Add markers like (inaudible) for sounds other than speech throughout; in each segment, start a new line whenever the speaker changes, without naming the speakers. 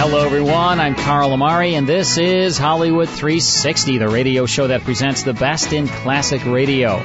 Hello, everyone. I'm Carl Amari, and this is Hollywood 360, the radio show that presents the best in classic radio.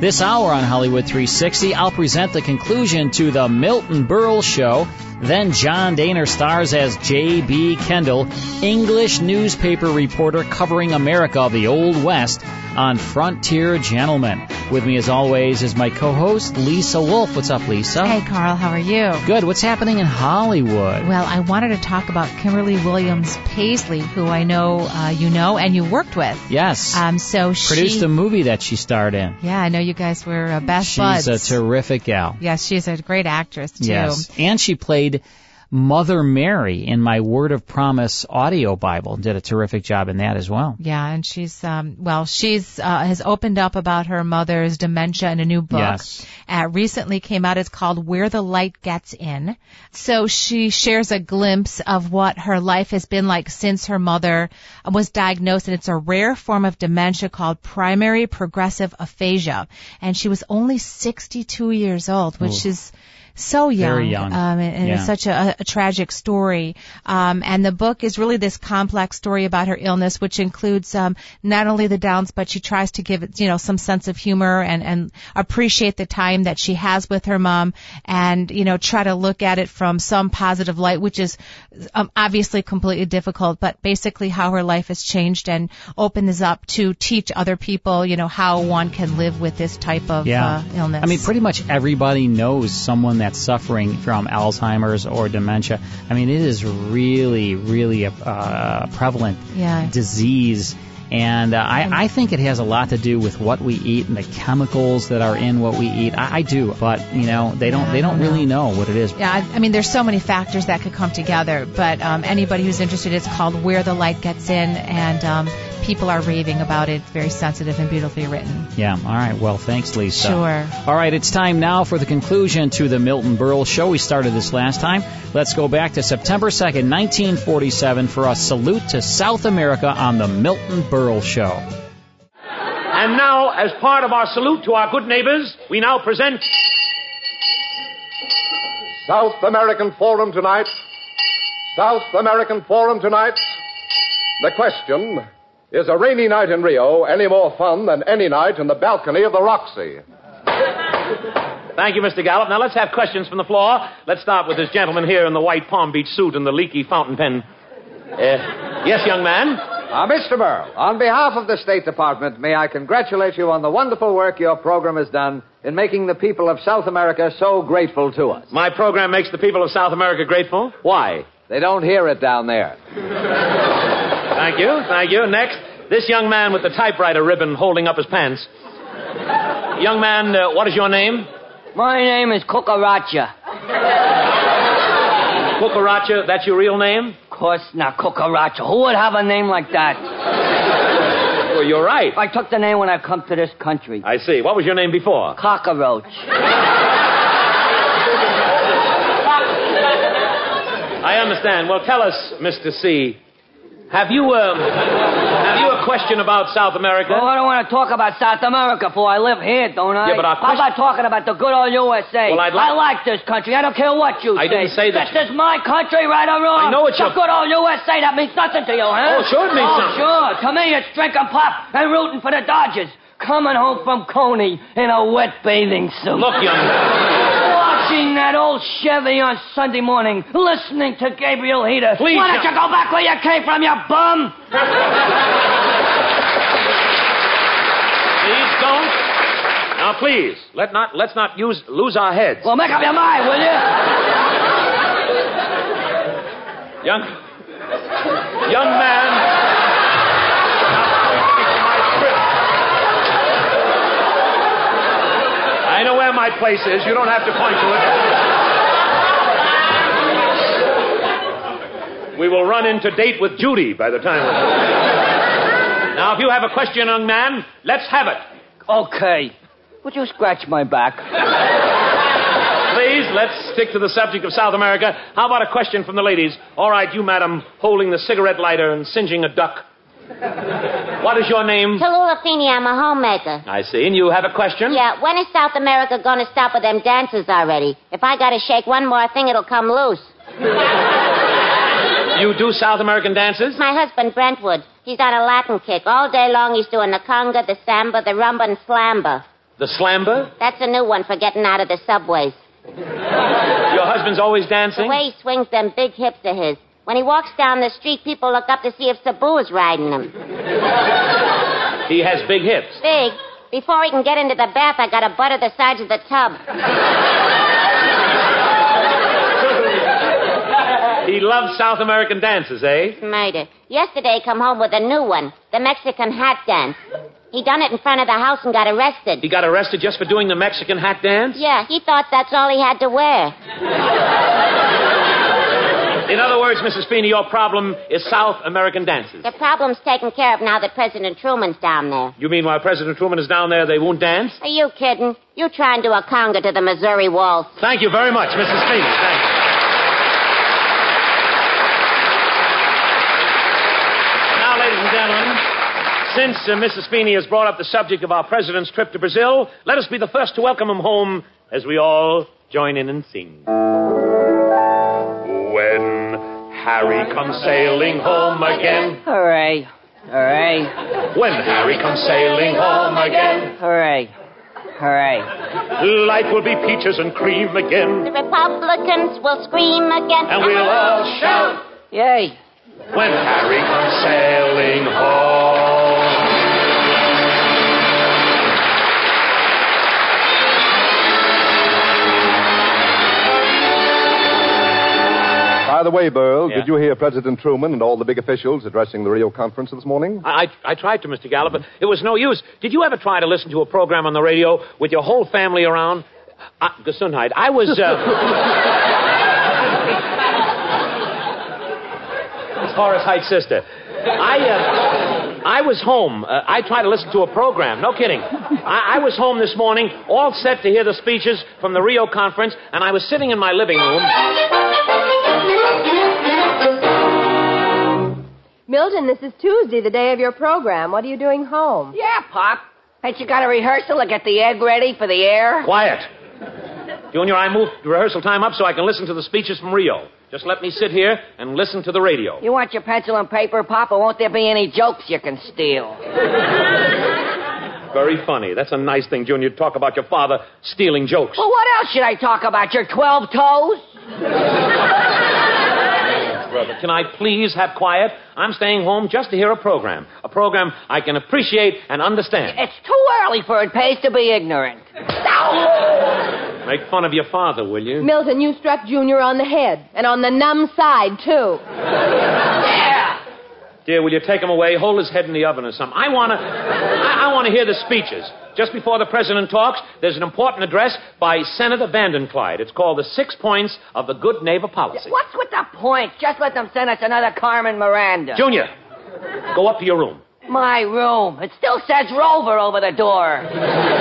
This hour on Hollywood 360, I'll present the conclusion to the Milton Berle show. Then John Daner stars as J.B. Kendall, English newspaper reporter covering America of the Old West on Frontier Gentlemen. With me, as always, is my co-host Lisa Wolf. What's up, Lisa?
Hey, Carl, how are you?
Good. What's happening in Hollywood?
Well, I wanted to talk about Kimberly Williams Paisley, who I know uh, you know and you worked with.
yes.
Um, so she
Produced a movie that she starred in.
Yeah, I know you guys were uh, best
She's
buds.
a terrific gal.
yeah, she's a great actress too.
Yes. And she played Mother Mary in my Word of Promise audio Bible and did a terrific job in that as well.
Yeah, and she's um well, she's uh, has opened up about her mother's dementia in a new book.
Yes.
Uh, recently came out. It's called Where the Light Gets In. So she shares a glimpse of what her life has been like since her mother was diagnosed, and it's a rare form of dementia called primary progressive aphasia. And she was only 62 years old, which is so young,
Very young.
Um, and, and
Yeah.
it's such a, a tragic story. Um, and the book is really this complex story about her illness, which includes um, not only the downs, but she tries to give it, you know, some sense of humor and and appreciate the time that she has with her mom, and you know, try to look at it from some positive light, which is um, obviously completely difficult, but basically how her life has changed and opened this up to teach other people, you know, how one can live with this type of uh, illness.
I mean, pretty much everybody knows someone that's suffering from Alzheimer's or dementia. I mean, it is really, really a uh, prevalent
Yeah.
disease. And uh, I, I think it has a lot to do with what we eat and the chemicals that are in what we eat. I, I do, but you know they don't they don't really know what it is.
Yeah, I, I mean, there's so many factors that could come together, but um, anybody who's interested, it's called Where the Light Gets In, and um, people are raving about it. Very sensitive and beautifully written.
Yeah. All right. Well, thanks, Lisa.
Sure.
All right. It's time now for the conclusion to the Milton Berle show. We started this last time. Let's go back to September 2nd, 1947 for a salute to South America on the Milton Berle show.
And now, as part of our salute to our good neighbors, we now present.
South American Forum tonight. South American Forum tonight. The question is a rainy night in Rio any more fun than any night in the balcony of the Roxy?
Thank you, Mr. Gallup. Now let's have questions from the floor. Let's start with this gentleman here in the white Palm Beach suit and the leaky fountain pen. Uh, yes, young man.
Uh, Mr. Burl, on behalf of the State Department, may I congratulate you on the wonderful work your program has done in making the people of South America so grateful to us.
My program makes the people of South America grateful. Why?
They don't hear it down there.
Thank you, thank you. Next, this young man with the typewriter ribbon holding up his pants. young man, uh, what is your name?
My name is Cucaracha.
Cucaracha, that's your real name?
Of course not, Cucaracha. Who would have a name like that?
Well, you're right.
I took the name when I come to this country.
I see. What was your name before?
Cockroach.
I understand. Well, tell us, Mr. C, have you, um, have you a question about South America?
Well, I don't want to talk about South America, for I live here, don't I?
Yeah, but our
How about talking about the good old USA?
Well, I'd
I
like-
like this country. I don't care what you say.
I didn't say that.
This is my country, right or wrong.
I know it's
The
your-
good old USA, that means nothing to you, huh?
Oh, sure it means
Oh,
something.
sure. To me, it's drinking pop and rooting for the Dodgers. Coming home from Coney in a wet bathing suit.
Look, young man.
Watching that old Chevy on Sunday morning, listening to Gabriel Heater.
Please,
Why don't
John.
you go back where you came from, you bum?
Now, please, let not, let's not use, lose our heads.
Well, make up your mind, will
you? Young, young man. I know where my place is. You don't have to point to it. We will run into date with Judy by the time we're Now, if you have a question, young man, let's have it.
Okay. Would you scratch my back?
Please, let's stick to the subject of South America. How about a question from the ladies? All right, you, madam, holding the cigarette lighter and singeing a duck. What is your name?
Tallulah Feeney. I'm a homemaker.
I see. And you have a question?
Yeah. When is South America going to stop with them dances already? If I got to shake one more thing, it'll come loose.
You do South American dances?
My husband, Brentwood. He's on a Latin kick. All day long, he's doing the conga, the samba, the rumba, and slamba.
The slamber?
That's a new one for getting out of the subways.
Your husband's always dancing?
The way he swings them big hips of his. When he walks down the street, people look up to see if Sabu is riding him.
He has big hips.
Big. Before he can get into the bath, I gotta butter the sides of the tub.
he loves South American dances, eh?
Murder. Yesterday, come home with a new one, the Mexican hat dance. He done it in front of the house and got arrested.
He got arrested just for doing the Mexican hat dance?
Yeah, he thought that's all he had to wear.
In other words, Mrs. Feeney, your problem is South American dances.
The problem's taken care of now that President Truman's down there.
You mean while President Truman is down there, they won't dance?
Are you kidding? You try and do a conga to the Missouri waltz.
Thank you very much, Mrs. Feeney. Thank you. now, ladies and gentlemen, since uh, Mrs. Feeney has brought up the subject of our president's trip to Brazil, let us be the first to welcome him home as we all join in and sing. When Harry comes sailing home again.
Hooray. Hooray.
When Harry comes sailing home again.
Hooray. Hooray.
Life will be peaches and cream again.
The Republicans will scream again.
And we'll all shout.
Yay.
When Harry comes sailing home.
By the way, Burl, did you hear President Truman and all the big officials addressing the Rio conference this morning?
I, I, I tried to, Mr. Gallup, but it was no use. Did you ever try to listen to a program on the radio with your whole family around? Uh, Gesundheit. I was. (laughs) Uh... it's Horace Height's sister. I, uh, I was home. Uh, I tried to listen to a program. No kidding. I, I was home this morning, all set to hear the speeches from the Rio conference, and I was sitting in my living room.
Milton, this is Tuesday, the day of your program. What are you doing home?
Yeah, Pop. Ain't you got a rehearsal to get the egg ready for the air?
Quiet. Junior, I moved rehearsal time up so I can listen to the speeches from Rio. Just let me sit here and listen to the radio.
You want your pencil and paper, Pop, or won't there be any jokes you can steal?
Very funny. That's a nice thing, Junior, to talk about your father stealing jokes.
Well, what else should I talk about? Your 12 toes?
brother. Can I please have quiet? I'm staying home just to hear a program. A program I can appreciate and understand.
It's too early for it pays to be ignorant.
Make fun of your father, will you?
Milton, you struck Junior on the head, and on the numb side, too. yeah!
Dear, will you take him away? Hold his head in the oven or something. I want to. I, I want to hear the speeches. Just before the president talks, there's an important address by Senator Vandenclyde. It's called The Six Points of the Good Neighbor Policy.
What's with the point? Just let them send us another Carmen Miranda.
Junior, go up to your room.
My room. It still says Rover over the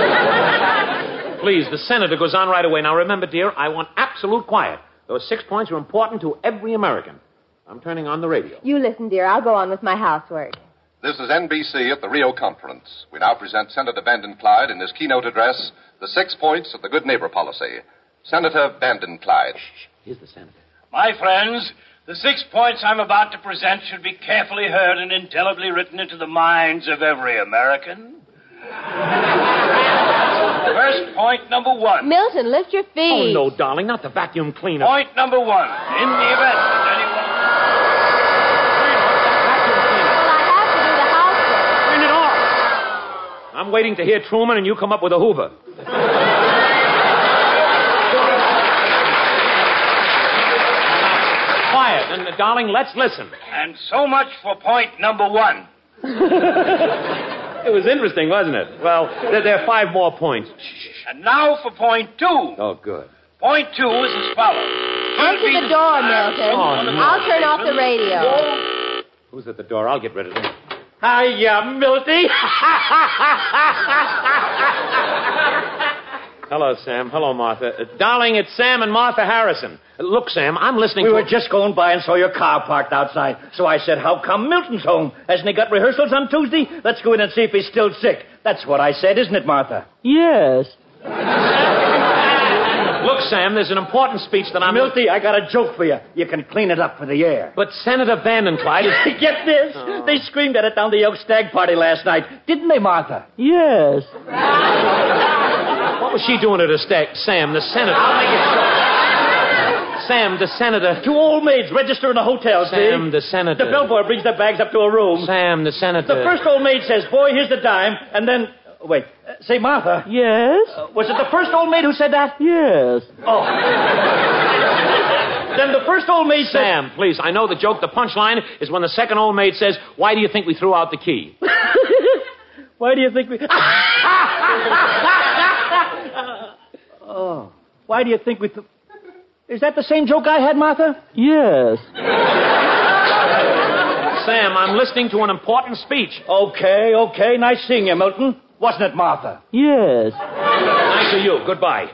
door.
Please, the senator goes on right away. Now remember, dear, I want absolute quiet. Those six points are important to every American. I'm turning on the radio.
You listen, dear. I'll go on with my housework.
This is NBC at the Rio Conference. We now present Senator Vandenclyde in his keynote address, The Six Points of the Good Neighbor Policy. Senator Vandenclyde. Shh,
here's the senator.
My friends, the six points I'm about to present should be carefully heard and indelibly written into the minds of every American. First point number one.
Milton, lift your feet.
Oh, no, darling, not the vacuum cleaner.
Point number one. In the event that anyone
I'm waiting to hear Truman and you come up with a Hoover. And, uh, darling, let's listen.
And so much for point number
(laughs)
one.
It was interesting, wasn't it? Well, there, there are five more points.
And now for point two.
Oh, good.
Point two is as follows.
Answer the door, Milton.
Oh, no.
I'll turn off the radio.
Who's at the door? I'll get rid of him.
Hiya,
(laughs)
Milty.
Hello, Sam. Hello, Martha. Uh, darling, it's Sam and Martha Harrison. Uh, look, Sam, I'm listening
We
to...
were just going by and saw your car parked outside. So I said, How come Milton's home? Hasn't he got rehearsals on Tuesday? Let's go in and see if he's still sick. That's what I said, isn't it, Martha?
Yes. Look, Sam, there's an important speech that I'm...
Milty, I got a joke for you. You can clean it up for the air.
But Senator
(laughs)
Vandenclyde is... Oh.
Get this. They screamed at it down the Oak Stag party last night, didn't they, Martha? Yes.
What was she doing at a stag? Sam, the senator. Sam, the senator.
Two old maids register in a hotel, see?
Sam, the senator.
The bellboy brings their bags up to a room.
Sam, the senator.
The first old maid says, Boy, here's the dime, and then. Wait, uh, say, Martha. Yes? was it the first old maid who said that? Yes. Oh. then the first old maid said.
Sam, please, I know the joke. The punchline is when the second old maid says, Why do you think we threw out the key?
Why do you think we. Ah! oh. Why do you think we. Th- Is that the same joke I had, Martha? Yes.
Sam, I'm listening to an important speech.
Okay, okay. Nice seeing you, Milton. Wasn't it, Martha? Yes.
Nice of you. Goodbye.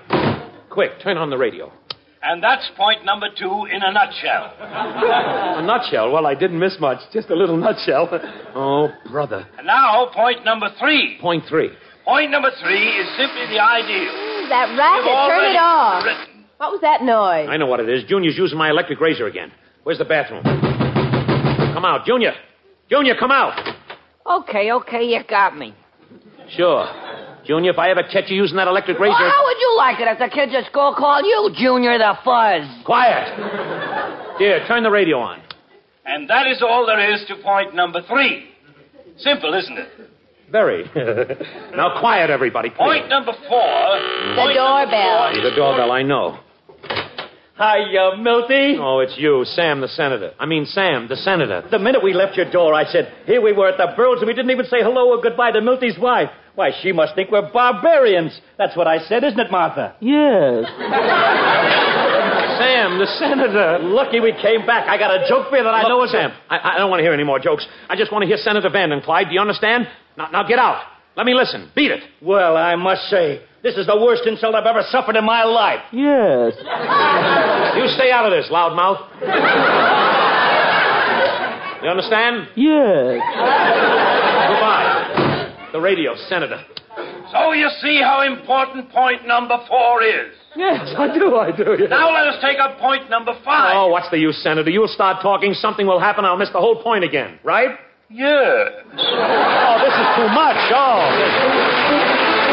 Quick, turn on the radio.
(laughs) And that's point number two in a nutshell.
A nutshell? Well, I didn't miss much. Just a little nutshell. Oh, brother.
and now, point number three.
Point three.
Point number three is simply the ideal.
Is that racket? Turn
already
it off. What was that noise?
I know what it is. Junior's using my electric razor again. Where's the bathroom? Come out, Junior. Junior, come out.
Okay, okay, you got me.
Sure. Junior, if I ever catch you using that electric razor.
Well, how would you like it if the kids at school called you Junior the Fuzz?
Quiet. Dear, turn the radio on.
And that is all there is to point number three. Simple, isn't it?
Very. now, quiet, everybody. Please.
Point number four.
The doorbell.
The doorbell, I know.
Hiya, uh, Milty.
Oh, it's you, Sam the Senator. I mean, Sam the Senator.
The minute we left your door, I said, Here we were at the Burroughs, and we didn't even say hello or goodbye to Milty's wife. Why, she must think we're barbarians. That's what I said, isn't it, Martha? Yes.
Sam the Senator.
Lucky we came back. I got a joke for you that I
Look,
know is
Sam, I, I don't want to hear any more jokes. I just want to hear Senator Vandenclyde. Do you understand? Now, now get out. Let me listen. Beat it.
Well, I must say, this is the worst insult I've ever suffered in my life. Yes.
You stay out of this, loudmouth. You understand?
Yes.
Goodbye. The radio, Senator.
So you see how important point number four is.
Yes, (laughs) I do, I do.
Now let us take up point number five.
Oh, what's the use, Senator? You'll start talking, something will happen, I'll miss the whole point again, right?
Yeah.
Oh, this is too much. Oh.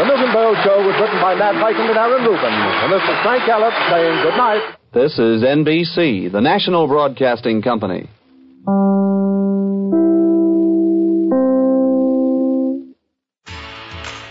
The Milton Berle Show was written by Nat Michael and Aaron Rubin. And this is Frank Gallup saying good night.
This is NBC, the National Broadcasting Company.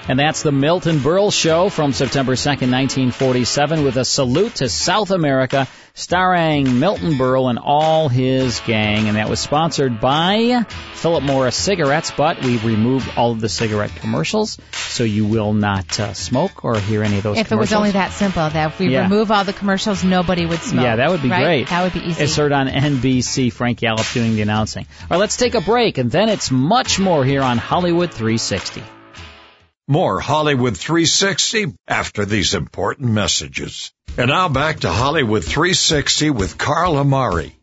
And that's the Milton Berle Show from September 2nd, 1947, with a salute to South America, starring Milton Berle and all his gang. And that was sponsored by Philip Morris Cigarettes, but we've removed all of the cigarette commercials, so you will not uh, smoke or hear any of those
If it
commercials.
was only that simple, that if we
Yeah.
remove all the commercials, nobody would smoke.
Yeah, that would be
right?
great.
That would be easy.
It's heard on NBC. Frank Gallup doing the announcing. All right, let's take a break, and then it's much more here on Hollywood 360.
More Hollywood 360 after these important messages. And now back to Hollywood 360 with Carl Amari.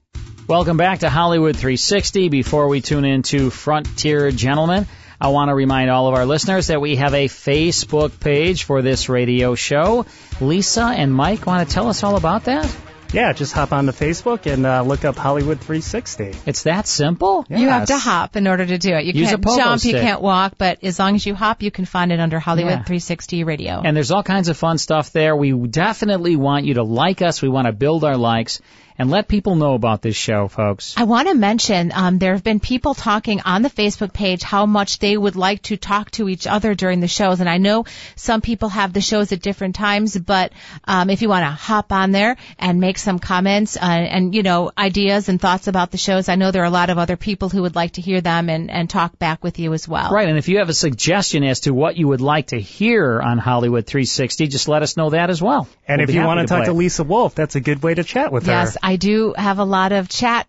Welcome back to Hollywood 360. Before we tune into Frontier Gentlemen, I want to remind all of our listeners that we have a Facebook page for this radio show. Lisa and Mike want to tell us all about that?
Yeah, just hop onto Facebook and uh, look up Hollywood 360.
It's that simple?
You have to hop in order to do it. You
Use
can't
a pogo
jump, you
stick.
can't walk, but as long as you hop, you can find it under Hollywood
Yeah.
360 Radio.
And there's all kinds of fun stuff there. We definitely want you to like us. We want to build our likes. and let people know about this show, folks.
I want to mention um, there have been people talking on the Facebook page how much they would like to talk to each other during the shows. And I know some people have the shows at different times, but um, if you want to hop on there and make some comments uh, and, you know, ideas and thoughts about the shows, I know there are a lot of other people who would like to hear them and, and talk back with you as well.
Right, and if you have a suggestion as to what you would like to hear on Hollywood 360, just let us know that as well.
And
We'll
if
be
you
happy
want to talk
play
to
it.
Lisa Wolf, that's a good way to chat with
Yes,
her.
I do have a lot of chat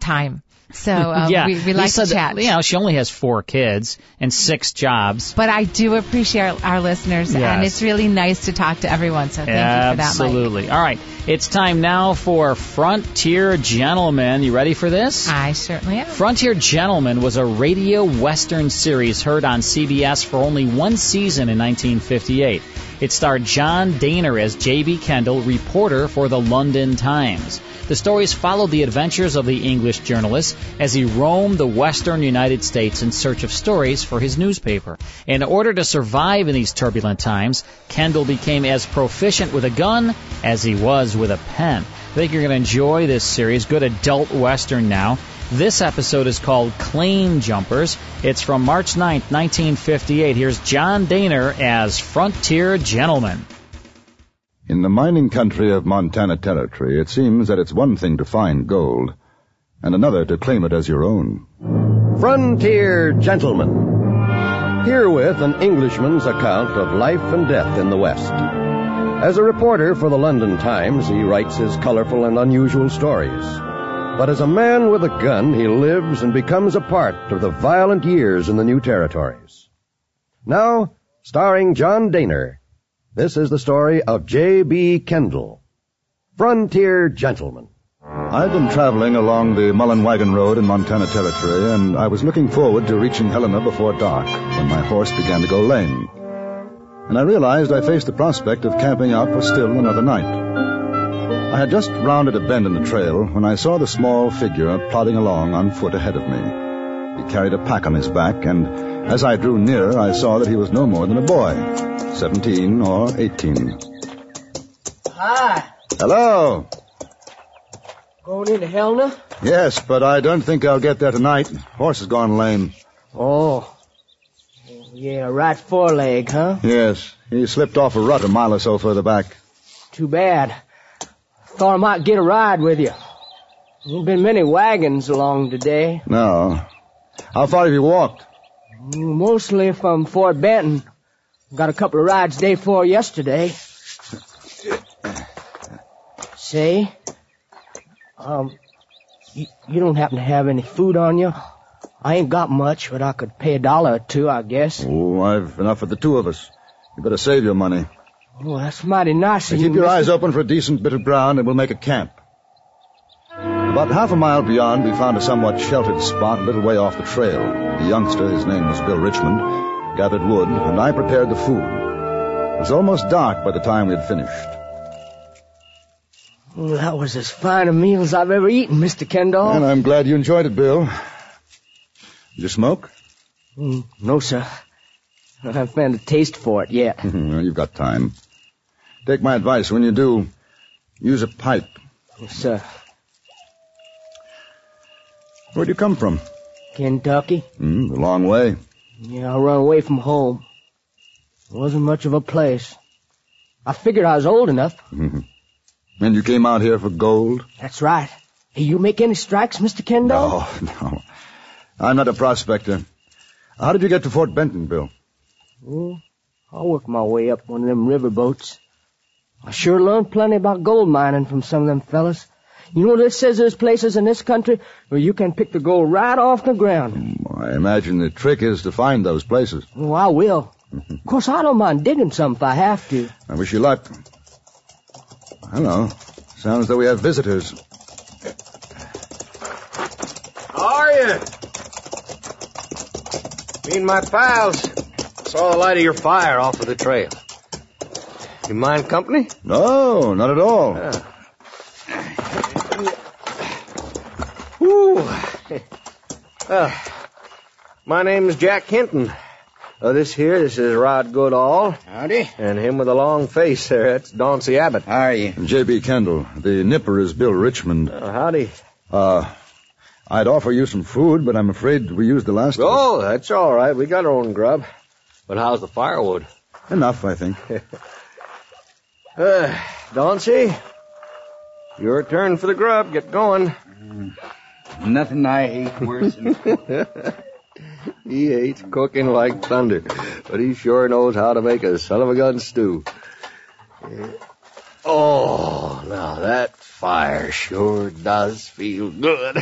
time. So
(laughs)
uh,
yeah,
we, we like
Lisa,
to chat.
You know, she only has four kids and six jobs.
But I do appreciate our, our listeners, and
Yes.
it's really nice to talk to everyone. So thank you for that, Mike.
Absolutely. All right, it's time now for Frontier Gentlemen. You ready for this?
I certainly am.
Frontier Gentlemen was a radio western series heard on CBS for only one season in 1958. It starred John Daner as J.B. Kendall, reporter for the London Times. The stories followed the adventures of the English journalist as he roamed the western United States in search of stories for his newspaper. In order to survive in these turbulent times, Kendall became as proficient with a gun as he was with a pen. I think you're going to enjoy this series. Good adult western now. This episode is called Claim Jumpers. It's from March 9th, 1958. Here's John Daner as Frontier Gentleman.
In the mining country of Montana Territory, it seems that it's one thing to find gold, and another to claim it as your own.
Frontier Gentlemen. Herewith an Englishman's account of life and death in the West. As a reporter for the London Times, he writes his colorful and unusual stories. But as a man with a gun, he lives and becomes a part of the violent years in the new territories. Now, starring John Daner, this is the story of J.B. Kendall, Frontier Gentleman.
I've been traveling along the Mullen Wagon Road in Montana Territory, and I was looking forward to reaching Helena before dark when my horse began to go lame. And I realized I faced the prospect of camping out for still another night. I had just rounded a bend in the trail when I saw the small figure plodding along on foot ahead of me. He carried a pack on his back, and as I drew nearer, I saw that he was no more than a boy, 17 or 18.
Hi.
Hello!
Ah, Going into Helena?
Yes, but I don't think I'll get there tonight. Horse has gone lame.
Oh. Yeah, right foreleg, huh?
Yes, he slipped off a rut a mile or so further back.
Too bad. Thought I might get a ride with you. Ain't been many wagons along today.
No. How far have you walked?
Mostly from Fort Benton. Got a couple of rides day before yesterday. Say, um, you, you don't happen to have any food on you? I ain't got much, but I could pay a dollar or two, I guess.
Oh, I've enough for the two of us. You better save your money.
Oh, that's mighty nice of
Keep
you.
your
mister.
eyes open for a decent bit of ground and we'll make a camp. About half a mile beyond, we found a somewhat sheltered spot a little way off the trail. The youngster, his name was Bill Richmond, gathered wood, and I prepared the food. It was almost dark by the time we had finished.
Well, that was as fine a meal as I've ever eaten, Mr. Kendall.
And I'm glad you enjoyed it, Bill. Did you smoke?
Mm, No, sir. I haven't found a taste for it yet.
(laughs) well, you've got time. Take my advice. When you do, use a pipe.
Yes, sir.
Where'd you come from?
Kentucky?
Hmm, a long way. (laughs)
Yeah, I run away from home. It wasn't much of a place. I figured I was old enough.
Mhm. and you came out here for gold? (laughs)
That's right. Hey, you make any strikes, Mr. Kendall?
Oh, no. I'm not a prospector. How did you get to Fort Benton, Bill?
Well, Hmm? I'll work my way up one of them river boats. I sure learned plenty about gold mining from some of them fellas. You know, this says there's places in this country where you can pick the gold right off the ground.
I imagine the trick is to find those places.
Oh, I will. Of course, I don't mind digging some if I have to.
I wish you luck. Hello. Sounds as though we have visitors.
How are you? Me and my pals. Saw the light of your fire off of the trail. You mind company? Ah.
No, not at all.
Ah. Whew. Well, my name's Jack Hinton. Uh, this here, this is Rod Goodall.
Howdy.
And him with a long face there, that's Dauncey Abbott. How
are you?
J.B. Kendall. The nipper is Bill Richmond.
howdy.
Uh, I'd offer you some food, but I'm afraid we used the last of it.
Oh, that's all right. We got our own grub. But how's the firewood?
Enough,
(laughs)
I think.
Uh, Dauncey, your turn for the grub. Get going.
Mm, Nothing I hate worse than
(laughs) he hates cooking like thunder, but he sure knows how to make a son of a gun stew. Yeah. Oh, now that fire sure does feel good.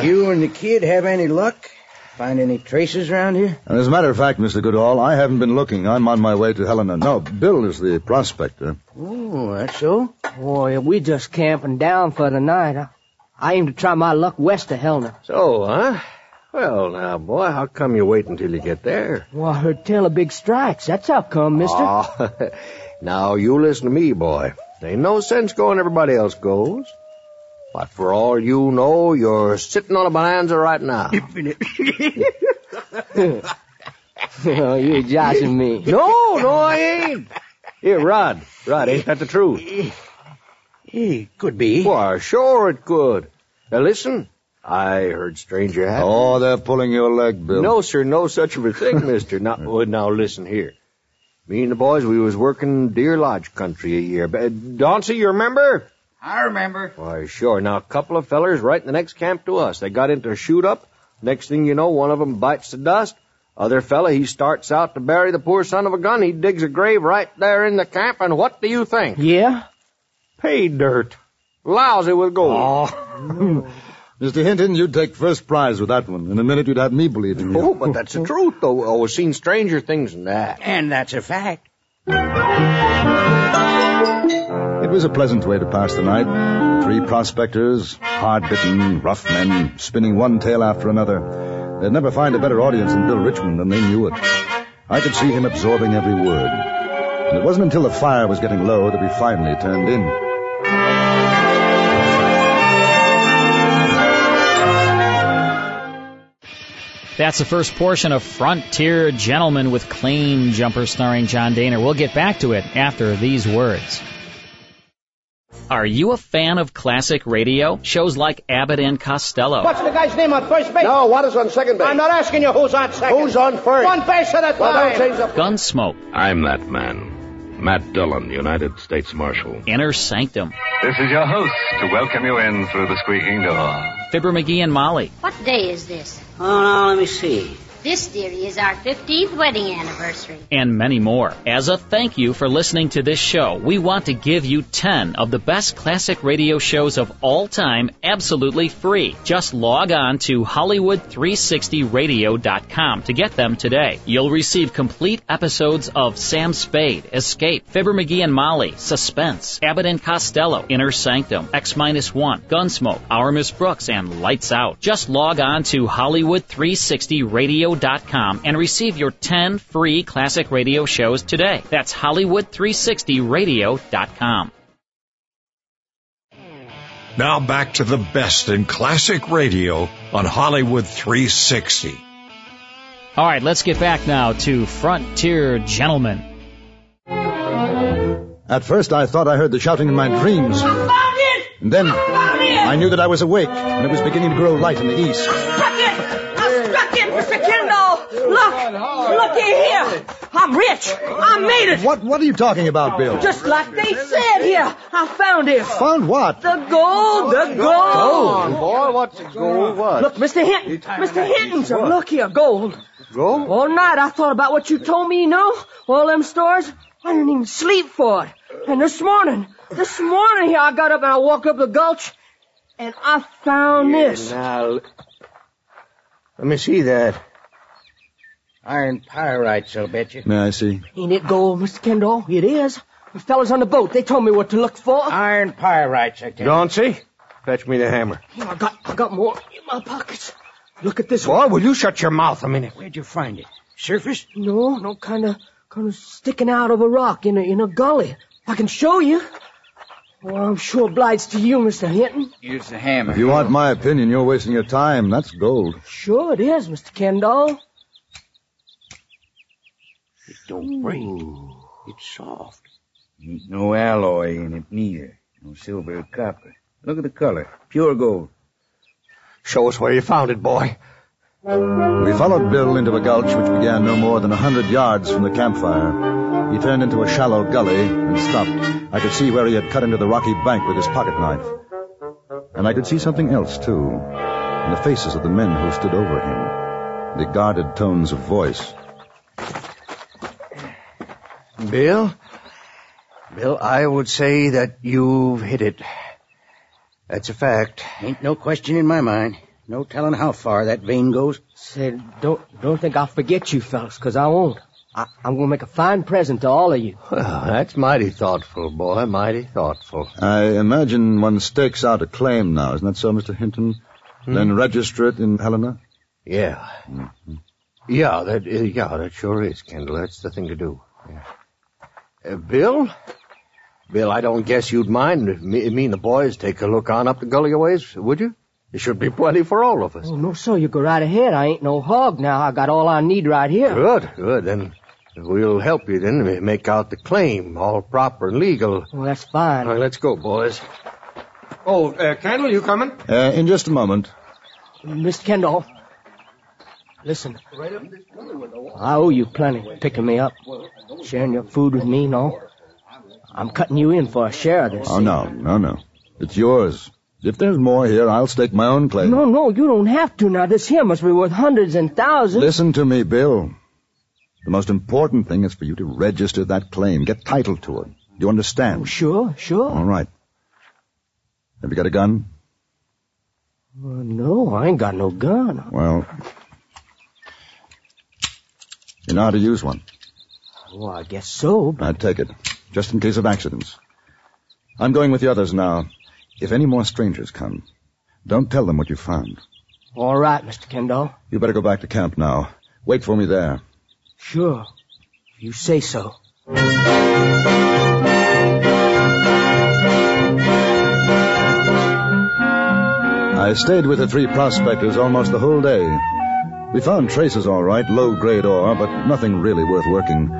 You and the kid have any luck? Find any traces around here?
And as a matter of fact, Mr. Goodall, I haven't been looking. I'm on my way to Helena. No, Bill is the prospector.
Oh, that's so?
Boy, we just camping down for the night. I, I aim to try my luck west of Helena.
So, Oh, huh? Well, now, boy, how come you wait until you get there?
Well, I heard tell of big strikes. That's how come, mister.
Aw, Ah, (laughs) now, you listen to me, boy. Ain't no sense going everybody else goes. But for all you know, you're sitting on a bonanza right now.
(laughs) oh, you're joshing me.
(laughs) no, no, I ain't. Here, Rod. Rod, ain't that the truth?
It could be.
Why, sure it could. Now, listen. I heard stranger happen.
Oh, they're pulling your leg, Bill. Hmm.
No, sir, no such of a thing, mister. Now, well, now listen here. Me and the boys, we was working Deer Lodge country a year. ba- Dauncey, you remember?
I remember.
Why, sure. Now, a couple of fellers right in the next camp to us. They got into a shoot up. Next thing you know, one of 'em bites the dust. Other fella, he starts out to bury the poor son of a gun. He digs a grave right there in the camp, and what do you think?
Yeah?
Paid dirt. Oh, Lousy with gold.
Oh.
(laughs) Mr. Oh. Hinton, you'd take first prize with that one. In a minute, you'd have me believing you.
Oh, but that's the truth, though. Oh, we've seen stranger things than that.
And that's a fact.
It was a pleasant way to pass the night. Three prospectors, hard-bitten, rough men, spinning one tale after another. They'd never find a better audience than Bill Richmond, and they knew it. I could see him absorbing every word. And it wasn't until the fire was getting low that we finally turned in.
That's the first portion of Frontier Gentlemen with Claim Jumper starring John Daner. We'll get back to it after these words. Are you a fan of classic radio? Shows like Abbott and Costello.
What's the guy's name on first base?
No, what is on second base?
I'm not asking you who's on second.
Who's on first?
One base at a time.
Well, don't change the
Gunsmoke,
I'm that man. Matt Dillon, United States Marshal.
Inner Sanctum,
This is your host to welcome you in through the squeaking door.
Fibber McGee and Molly,
What day is this?
Oh, now, let me see.
This, dearie, is our 15th wedding anniversary.
and many more. As a thank you for listening to this show, we want to give you 10 of the best classic radio shows of all time absolutely free. Just log on to Hollywood360radio.com to get them today. You'll receive complete episodes of Sam Spade, Escape, Fibber McGee and Molly, Suspense, Abbott and Costello, Inner Sanctum, X Minus One, Gunsmoke, Our Miss Brooks, and Lights Out. Just log on to Hollywood360radio.com and receive your 10 free classic radio shows today. That's Hollywood360radio.com.
Now back to the best in classic radio on Hollywood 360.
All right, let's get back now to Frontier Gentlemen.
At first, I thought I heard the shouting in my dreams.
Found it!
And then I knew that I was awake, and it was beginning to grow light in the east.
Struck it! I struck it, Mr. Kendall! Look! Looky here! I'm rich! I made it!
What What are you talking about, Bill?
Just like they said here! I found it!
found what?
The gold! The
Gold,
gold!
boy, what's it gold? What?
Look, Mr. Hinton! Mr. Hinton, sir, look here, gold!
Gold?
All night I thought about what you told me, you know? All them stories. I didn't even sleep for it. And this morning, this morning here, I got up and I walked up the gulch, and I found this.
Now, l- let me see that. Iron pyrites, I'll bet you.
May I see?
Ain't it gold, Mr. Kendall? It is. The fellas on the boat, they told me what to look for.
Iron pyrites, I tell you.
Dauncey, fetch me the hammer.
Here, I got, I got more in my pockets. Look at this
Boy, will you shut your mouth a minute? Where'd you find it? Surface?
No, no, kind of, kind of sticking out of a rock in a, in a gully. I can show you. Well, I'm sure obliged to you, Mr. Hinton.
Use the hammer.
If you want my opinion, you're wasting your time. That's gold.
Sure it is, Mr. Kendall.
don't break. It's soft. Ain't no alloy in it neither. No silver or copper. Look at the color. Pure gold.
Show us where you found it, boy.
We followed Bill into a gulch which began no more than a hundred yards from the campfire. He turned into a shallow gully and stopped. I could see where he had cut into the rocky bank with his pocket knife. And I could see something else, too, in the faces of the men who stood over him, the guarded tones of voice.
Bill? Bill, I would say that you've hit it.
That's a fact. Ain't no question in my mind. No telling how far that vein goes.
Said, don't don't think I'll forget you fellas, 'cause I won't. I, I'm gonna make a fine present to all of you.
Well, that's mighty thoughtful, boy. Mighty thoughtful.
I imagine one stakes out a claim now, isn't that so, Mr. Hinton?
Hmm.
Then register it in Helena?
Yeah. Mm-hmm. Yeah, that, uh, yeah, that sure is, Kendall. That's the thing to do. Yeah. Uh, Bill? Bill, I don't guess you'd mind if me, me and the boys take a look on up the gully a ways, would you? There should be plenty for all of us.
Oh, no, sir, you go right ahead. I ain't no hog now. I got all I need right here.
Good, good. Then we'll help you then to make out the claim, all proper and legal.
Well, that's fine.
All right, let's go, boys.
Oh, uh, Kendall, you coming?
Uh, in just a moment.
Miss Kendall, listen. I owe you plenty picking me up, sharing your food with me and all. I'm cutting you in for a share of this.
Oh, no, no, no. It's yours. If there's more here, I'll stake my own claim.
No, no, you don't have to now. This here must be worth hundreds and thousands.
Listen to me, Bill. The most important thing is for you to register that claim, get title to it. Do you understand?
Oh, Sure, sure.
All right. Have you got a gun?
Well, Oh, no, I ain't got no gun.
Well, you know how to use one.
Well, Oh, I guess so.
I take it, just in case of accidents. I'm going with the others now. If any more strangers come, don't tell them what you found.
All right, Mr. Kendall.
You better go back to camp now. Wait for me there.
Sure. If you say so.
I stayed with the three prospectors almost the whole day. We found traces all right, low grade ore, but nothing really worth working.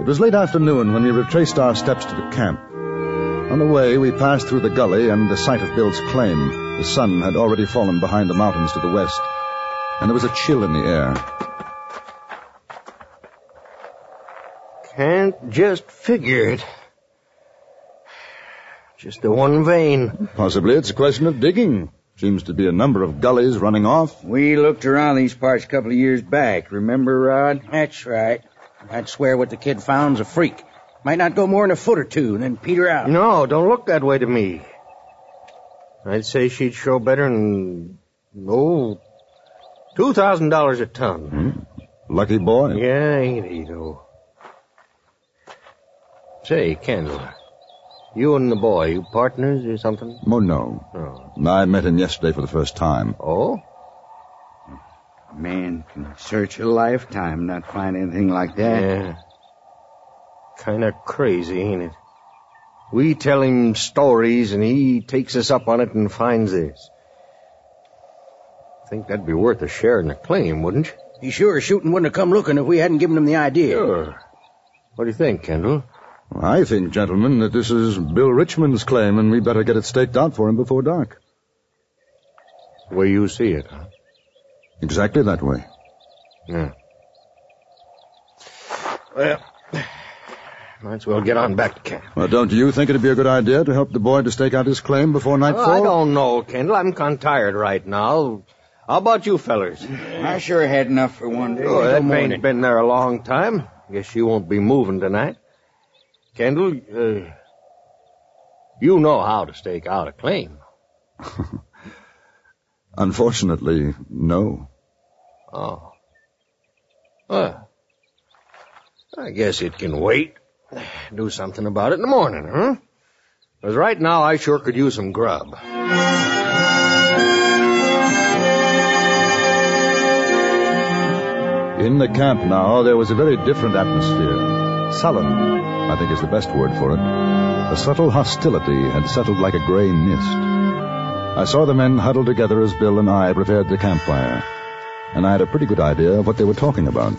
It was late afternoon when we retraced our steps to the camp. On the way, we passed through the gully and the site of Bill's claim. The sun had already fallen behind the mountains to the west, and there was a chill in the air.
Can't just figure it. Just the one vein.
Possibly it's a question of digging. Seems to be a number of gullies running off.
We looked around these parts a couple of years back. Remember, Rod? That's right. I'd swear what the kid found's a freak. Might not go more than a foot or two, and then peter out.
No, don't look that way to me. I'd say she'd show better than, oh, $2,000 a ton.
Hmm.
Lucky boy.
Yeah, ain't he, though? Say, Kendall, you and the boy, you partners or something?
Oh, no. I met him yesterday for the first time.
Oh?
Man can search a lifetime, not find anything like that.
Yeah. Kinda crazy, ain't it? We tell him stories and he takes us up on it and finds this. Think that'd be worth a share in the claim, wouldn't you?
He sure as shooting wouldn't have come looking if we hadn't given him the idea.
Sure. What do you think, Kendall?
I think, gentlemen, that this is Bill Richmond's claim, and we better get it staked out for him before dark.
Where you see it, huh?
Exactly that way.
Yeah. Well, might as well get on back to camp.
Well, don't you think it'd be a good idea to help the boy to stake out his claim before nightfall?
Oh, I don't know, Kendall. I'm kind of tired right now. How about you fellers?
I sure had enough for one day.
Oh,
Till
that
morning.
main's been there a long time. Guess you won't be moving tonight. Kendall, uh, you know how to stake out a claim.
Unfortunately, no.
Oh. Well, I guess it can wait. (sighs) Do something about it in the morning, huh? Because right now I sure could use some grub.
In the camp now, there was a very different atmosphere. Sullen, I think is the best word for it. A subtle hostility had settled like a gray mist. I saw the men huddled together as Bill and I prepared the campfire, and I had a pretty good idea of what they were talking about.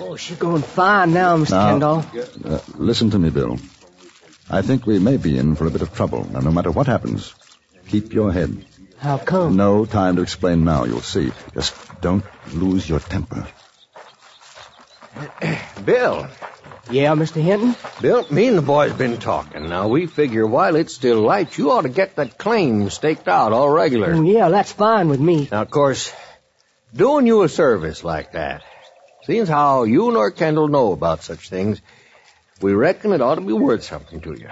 Oh,
she's going fine now, Mr.
Now-
Kendall.
Uh, listen to me, Bill. I think we may be in for a bit of trouble, and no matter what happens, keep your head.
How come?
No time to explain now, you'll see. Just don't lose your temper.
Bill.
Yeah, Mr. Hinton?
Bill, me and the boy's been talking. Now, we figure while it's still light, you ought to get that claim staked out all regular.
Oh, yeah, that's fine with me.
Now, of course, doing you a service like that, seeing as how you nor Kendall know about such things, we reckon it ought to be worth something to you.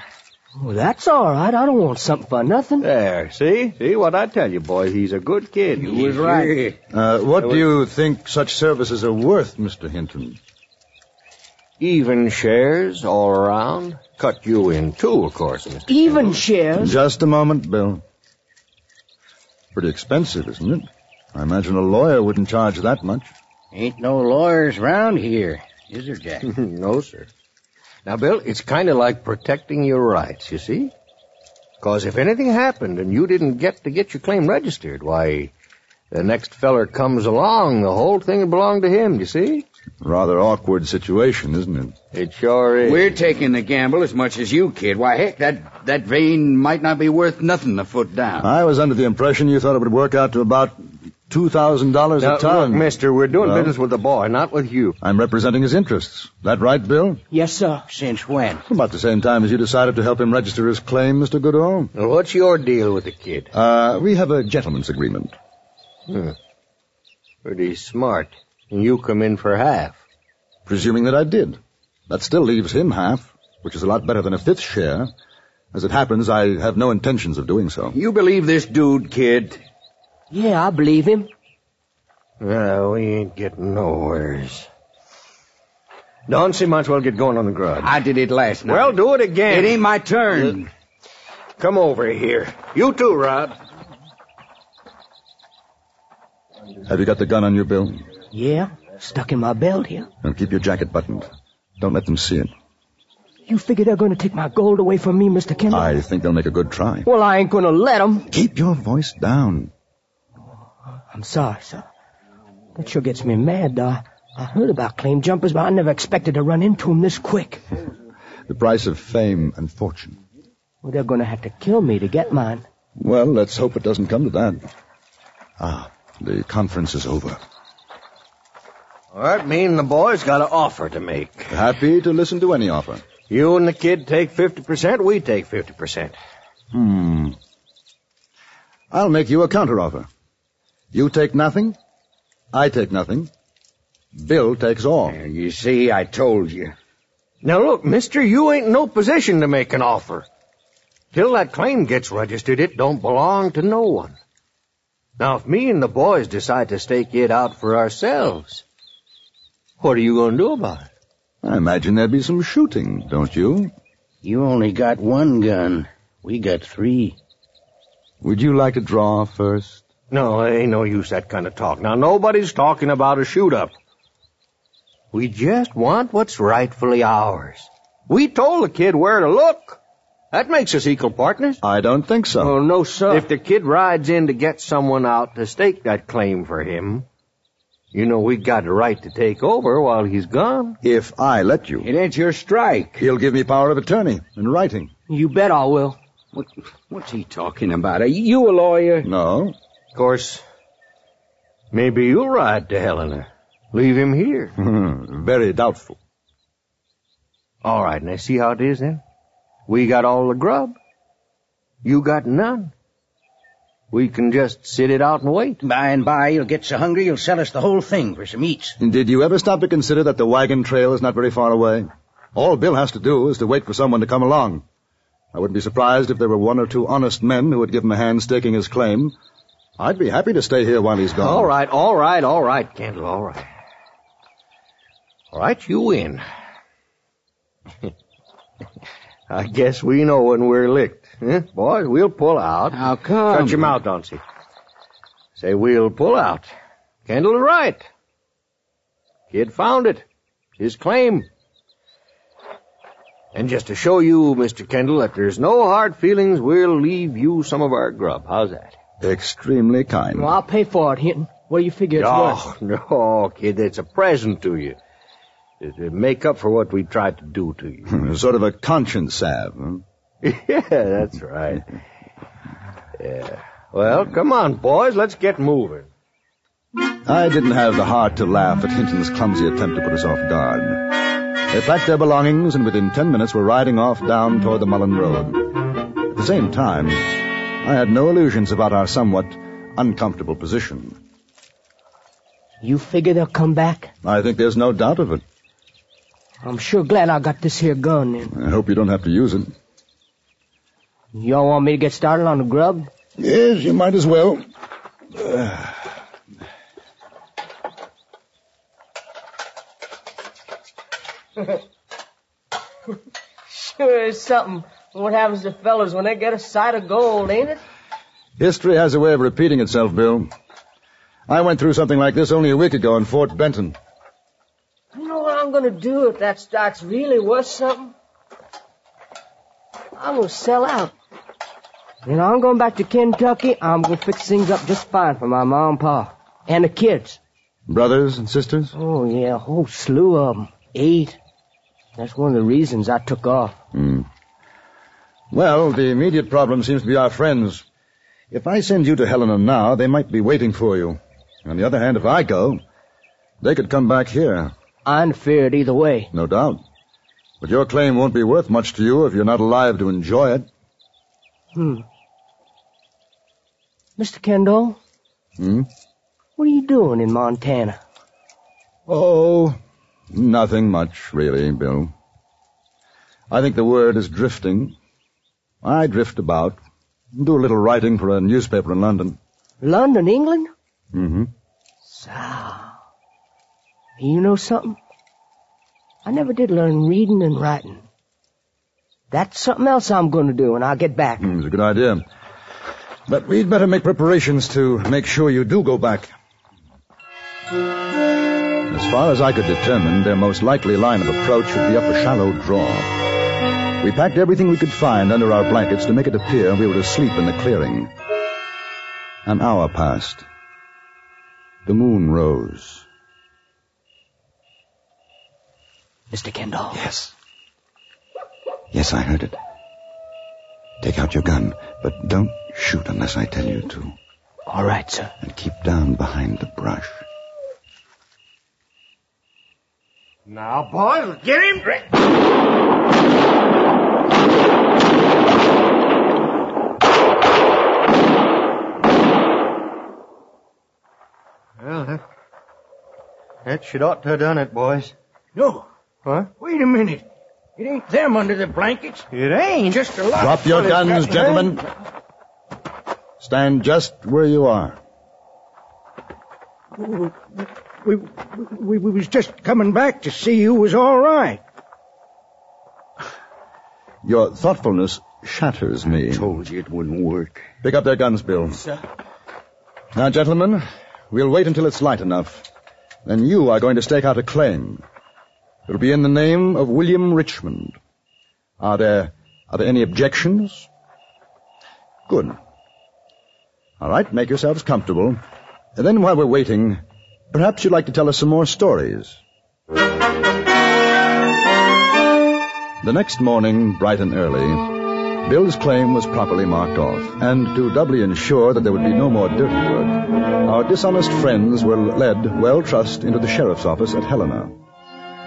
Well, Oh, that's all right. I don't want something for nothing.
There, see? See what I tell you, boy? He's a good kid. You
was right.
Uh, what do you think such services are worth, Mr. Hinton?
Even shares all around. Cut you in two, of course, Mr.
Even shares?
Just a moment, Bill. Pretty expensive, isn't it? I imagine a lawyer wouldn't charge that much.
Ain't no lawyers round here, is there, Jack?
(laughs) no, sir. Now, Bill, it's kind of like protecting your rights, you see? Because if anything happened and you didn't get to get your claim registered, why, the next feller comes along, the whole thing will belong to him, you see?
Rather awkward situation, isn't it?
It sure is.
We're taking the gamble as much as you, kid. Why, heck, that, that vein might not be worth nothing a foot down.
I was under the impression you thought it would work out to about two thousand dollars
Now,
a ton.
look, mister, we're doing
Well?
business with the boy, not with you.
I'm representing his interests. That right, Bill?
Yes, sir.
Since when?
About the same time as you decided to help him register his claim, Mr. Goodall.
Now, what's your deal with the kid?
Uh, we have a gentleman's agreement.
Hmm. Pretty smart. And you come in for half.
Presuming that I did. That still leaves him half, which is a lot better than a fifth share. As it happens, I have no intentions of doing so.
You believe this dude, kid?
Yeah, I believe him.
Well, we ain't getting nowheres. Don't see much we'll get going on the grudge.
I did it last night.
Well, do it again.
It ain't my turn.
Come over here. You too, Rod.
Have you got the gun on you, Bill?
Yeah, stuck in my belt here.
And keep your jacket buttoned. Don't let them see it.
You figure they're going to take my gold away from me, Mr. Kendall?
I think they'll make a good try.
Uh, Well, I ain't going to let 'em.
Keep your voice down.
I'm sorry, sir. That sure gets me mad. Uh, I heard about claim jumpers, but I never expected to run into 'em this quick.
The price of fame and fortune.
Well, they're going to have to kill me to get mine.
Well, let's hope it doesn't come to that. Ah, the conference is over.
All right, me and the boys got an offer to make.
Happy to listen to any offer.
You and the kid take 50%, we take 50%.
Hmm. I'll make you a counteroffer. You take nothing. I take nothing. Bill takes all.
Uh, You see, I told you.
Now look, mister, you ain't in no position to make an offer. Till that claim gets registered, it don't belong to no one. Now if me and the boys decide to stake it out for ourselves, what are you gonna do about it?
I imagine there'd be some shooting, don't you?
You only got one gun. We got three.
Would you like to draw first?
No, it ain't no use that kind of talk. Now nobody's talking about a shoot up. We just want what's rightfully ours. We told the kid where to look. That makes us equal partners.
I don't think so.
Oh, no, sir. If the kid rides in to get someone out to stake that claim for him, you know we've got a right to take over while he's gone.
If I let you.
It ain't your strike.
He'll give me power of attorney in writing.
You bet I will.
What, what's he talking about? Are you a lawyer?
No.
Of course, maybe you'll ride to Helena. Leave him here.
(laughs) Very doubtful.
All right, now see how it is then? We got all the grub. You got none. We can just sit it out and wait.
By and by, you'll get so hungry you'll sell us the whole thing for some eats.
Did you ever stop to consider that the wagon trail is not very far away? All Bill has to do is to wait for someone to come along. I wouldn't be surprised if there were one or two honest men who would give him a hand staking his claim. I'd be happy to stay here while he's gone.
All right, all right, all right, Kendall, all right. All right, you win. (laughs) I guess we know when we're licked. Huh? Boys, we'll pull out.
How come?
Shut your mouth, Dauncey. Say we'll pull out. Kendall is right. Kid found it. His claim. And just to show you, Mr. Kendall, that there's no hard feelings, we'll leave you some of our grub. How's that?
Extremely kind.
Well, I'll
(laughs)
pay for it, Hinton. What do you figure it's worth?
no, no, kid, it's a present to you. It, it make up for what we tried to do to you.
(laughs) Sort of a conscience salve. Huh?
(laughs) yeah, that's right. Yeah. Well, come on, boys. Let's get moving.
I didn't have the heart to laugh at Hinton's clumsy attempt to put us off guard. They packed their belongings and within ten minutes were riding off down toward the Mullen Road. At the same time, I had no illusions about our somewhat uncomfortable position.
You figure they'll come back?
I think there's no doubt of it.
I'm sure glad I got this here gun then.
I hope you don't have to use it.
Y'all want me to get started on the grub?
Yes, you might as well. Uh,
(laughs)
sure is something. What happens to fellas when they get a sight of gold, ain't it?
(sighs) history has a way of repeating itself, Bill. I went through something like this only a week ago in Fort Benton.
You know what I'm gonna do if that stock's really worth something? I'm gonna sell out.
You know, I'm going back to Kentucky. I'm gonna fix things up just fine for my mom and pa. And the kids.
Brothers and sisters?
Oh yeah, a whole slew of 'em. Eight. That's one of the reasons I took off.
Hmm. Well, the immediate problem seems to be our friends. If I send you to Helena now, they might be waiting for you. On the other hand, if I go, they could come back here.
I'm feared either way.
No doubt. But your claim won't be worth much to you if you're not alive to enjoy it.
Hmm. Mr. Kendall,
Hmm?
what are you doing in Montana?
Oh, nothing much, really, Bill. I think the word is drifting. I drift about. Do a little writing for a newspaper in London.
London, England?
Mm-hmm.
So, you know something? I never did learn reading and writing. That's something else I'm gonna do when I get back.
Hmm, It's a good idea. But we'd better make preparations to make sure you do go back. As far as I could determine, their most likely line of approach would be up a shallow draw. We packed everything we could find under our blankets to make it appear we were asleep in the clearing. An hour passed. The moon rose.
Mr. Kendall.
Yes. Yes, I heard it. Take out your gun, but don't shoot unless I tell you to.
All right, sir.
And keep down behind the brush.
Now, boys, get him!
Well, that, that should ought to have done it, boys. No. Huh? Wait a minute. It ain't them under the blankets. It ain't. Just a lot.
Drop
of eh?
your
fellas
guns,
got-
gentlemen. Stand just where you are.
We, we, we, we was just coming back to see you was all right.
Your thoughtfulness shatters me.
told you it wouldn't work.
Pick up their guns, Bill. Now, gentlemen, we'll wait until it's light enough. Then you are going to stake out a claim. It'll be in the name of William Richmond. Are there, are there any objections? Good. All right, make yourselves comfortable. And then while we're waiting, perhaps you'd like to tell us some more stories. The next morning, bright and early, Bill's claim was properly marked off, and to doubly ensure that there would be no more dirty work, our dishonest friends were led, well trussed, into the sheriff's office at Helena.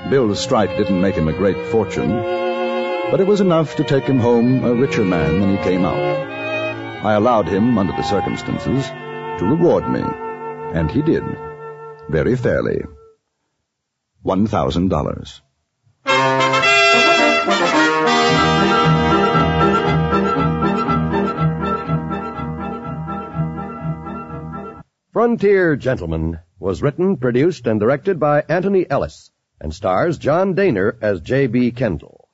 Bill's strike didn't make him a great fortune, but it was enough to take him home a richer man than he came out. I allowed him, under the circumstances, to reward me, and he did, very fairly. One thousand dollars.
Frontier Gentleman was written, produced, and directed by Anthony Ellis and stars John Daner as J.B. Kendall.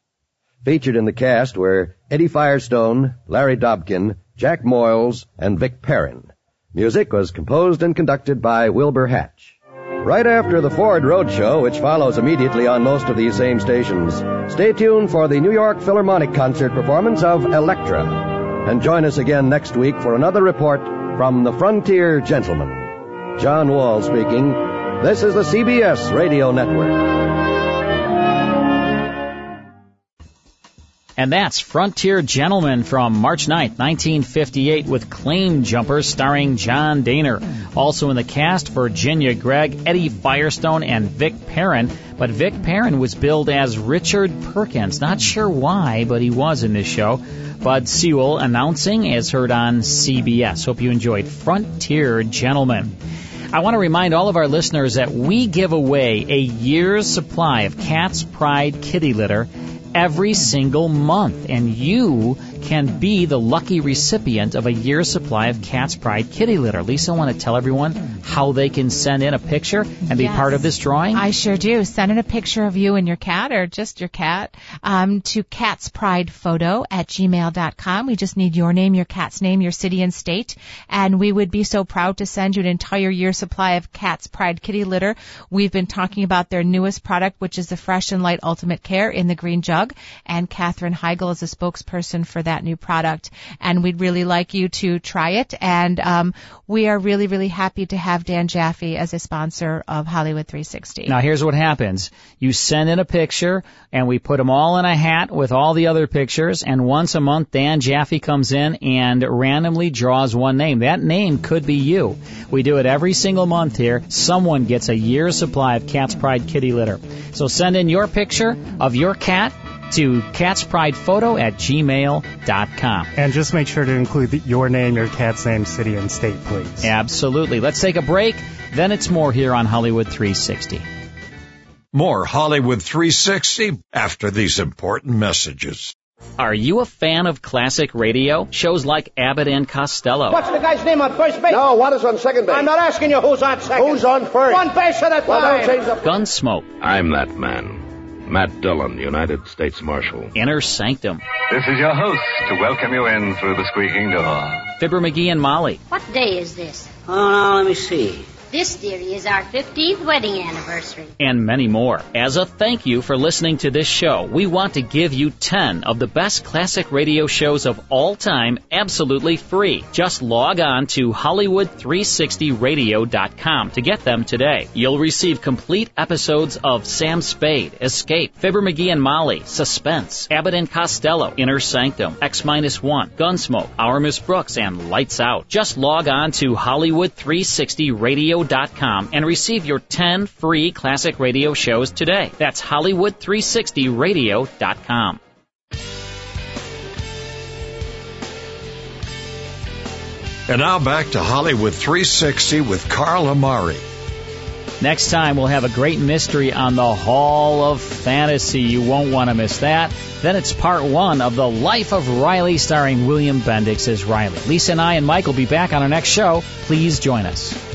Featured in the cast were Eddie Firestone, Larry Dobkin, Jack Moyles, and Vic Perrin. Music was composed and conducted by Wilbur Hatch. Right after the Ford Roadshow, which follows immediately on most of these same stations, stay tuned for the New York Philharmonic Concert performance of Electra. And join us again next week for another report from the Frontier Gentleman. John Wall speaking. This is the CBS Radio Network.
And that's Frontier Gentleman from March 9, 1958, with Claim Jumper starring John Daner. Also in the cast, Virginia Gregg, Eddie Firestone, and Vic Perrin. But Vic Perrin was billed as Richard Perkins. Not sure why, but he was in this show. Bud Sewell announcing as heard on CBS. Hope you enjoyed Frontier Gentleman. I want to remind all of our listeners that we give away a year's supply of Cat's Pride kitty litter every single month, and you can be the lucky recipient of a year's supply of Cat's Pride kitty litter. Lisa, want to tell everyone how they can send in a picture and be
Yes.
part of this drawing?
I sure do. Send in a picture of you and your cat or just your cat um, to catspridephoto at gmail.com. We just need your name, your cat's name, your city and state. And we would be so proud to send you an entire year's supply of Cat's Pride kitty litter. We've been talking about their newest product, which is the Fresh and Light Ultimate Care in the green jug. And Catherine Heigl is a spokesperson for that new product. And we'd really like you to try it. And um, we are really, really happy to have Dan Jaffe as a sponsor of Hollywood 360.
Now here's what happens. You send in a picture and we put them all in a hat with all the other pictures and once a month Dan Jaffe comes in and randomly draws one name. That name could be you. We do it every single month here. Someone gets a year's supply of Cat's Pride kitty litter. So send in your picture of your cat to catspridephoto at gmail.com.
And just make sure to include the- your name, your cat's name, city, and state, please.
Absolutely. Let's take a break. Then it's more here on Hollywood 360.
More Hollywood 360 after these important messages.
Are you a fan of classic radio? Shows like Abbott and Costello.
What's the guy's name on first base? No, one is on second base. I'm not asking you who's on second. Who's on first? One base at a time.
Gunsmoke.
I'm that man. Matt Dillon, United States Marshal.
Inner Sanctum.
This is your host to welcome you in through the squeaking door.
Fibber McGee and Molly.
What day is this?
Oh, now let me see.
This, dearie, is our 15th wedding anniversary.
and many more. As a thank you for listening to this show, we want to give you 10 of the best classic radio shows of all time absolutely free. Just log on to Hollywood360radio.com to get them today. You'll receive complete episodes of Sam Spade, Escape, Fibber McGee and Molly, Suspense, Abbott and Costello, Inner Sanctum, X Minus One, Gunsmoke, Our Miss Brooks, and Lights Out. Just log on to Hollywood360radio.com and receive your 10 free classic radio shows today. That's Hollywood360radio.com.
And now back to Hollywood 360 with Carl Amari.
Next time, we'll have a great mystery on the Hall of Fantasy. You won't want to miss that. Then it's part one of The Life of Riley, starring William Bendix as Riley. Lisa and I and Mike will be back on our next show. Please join us.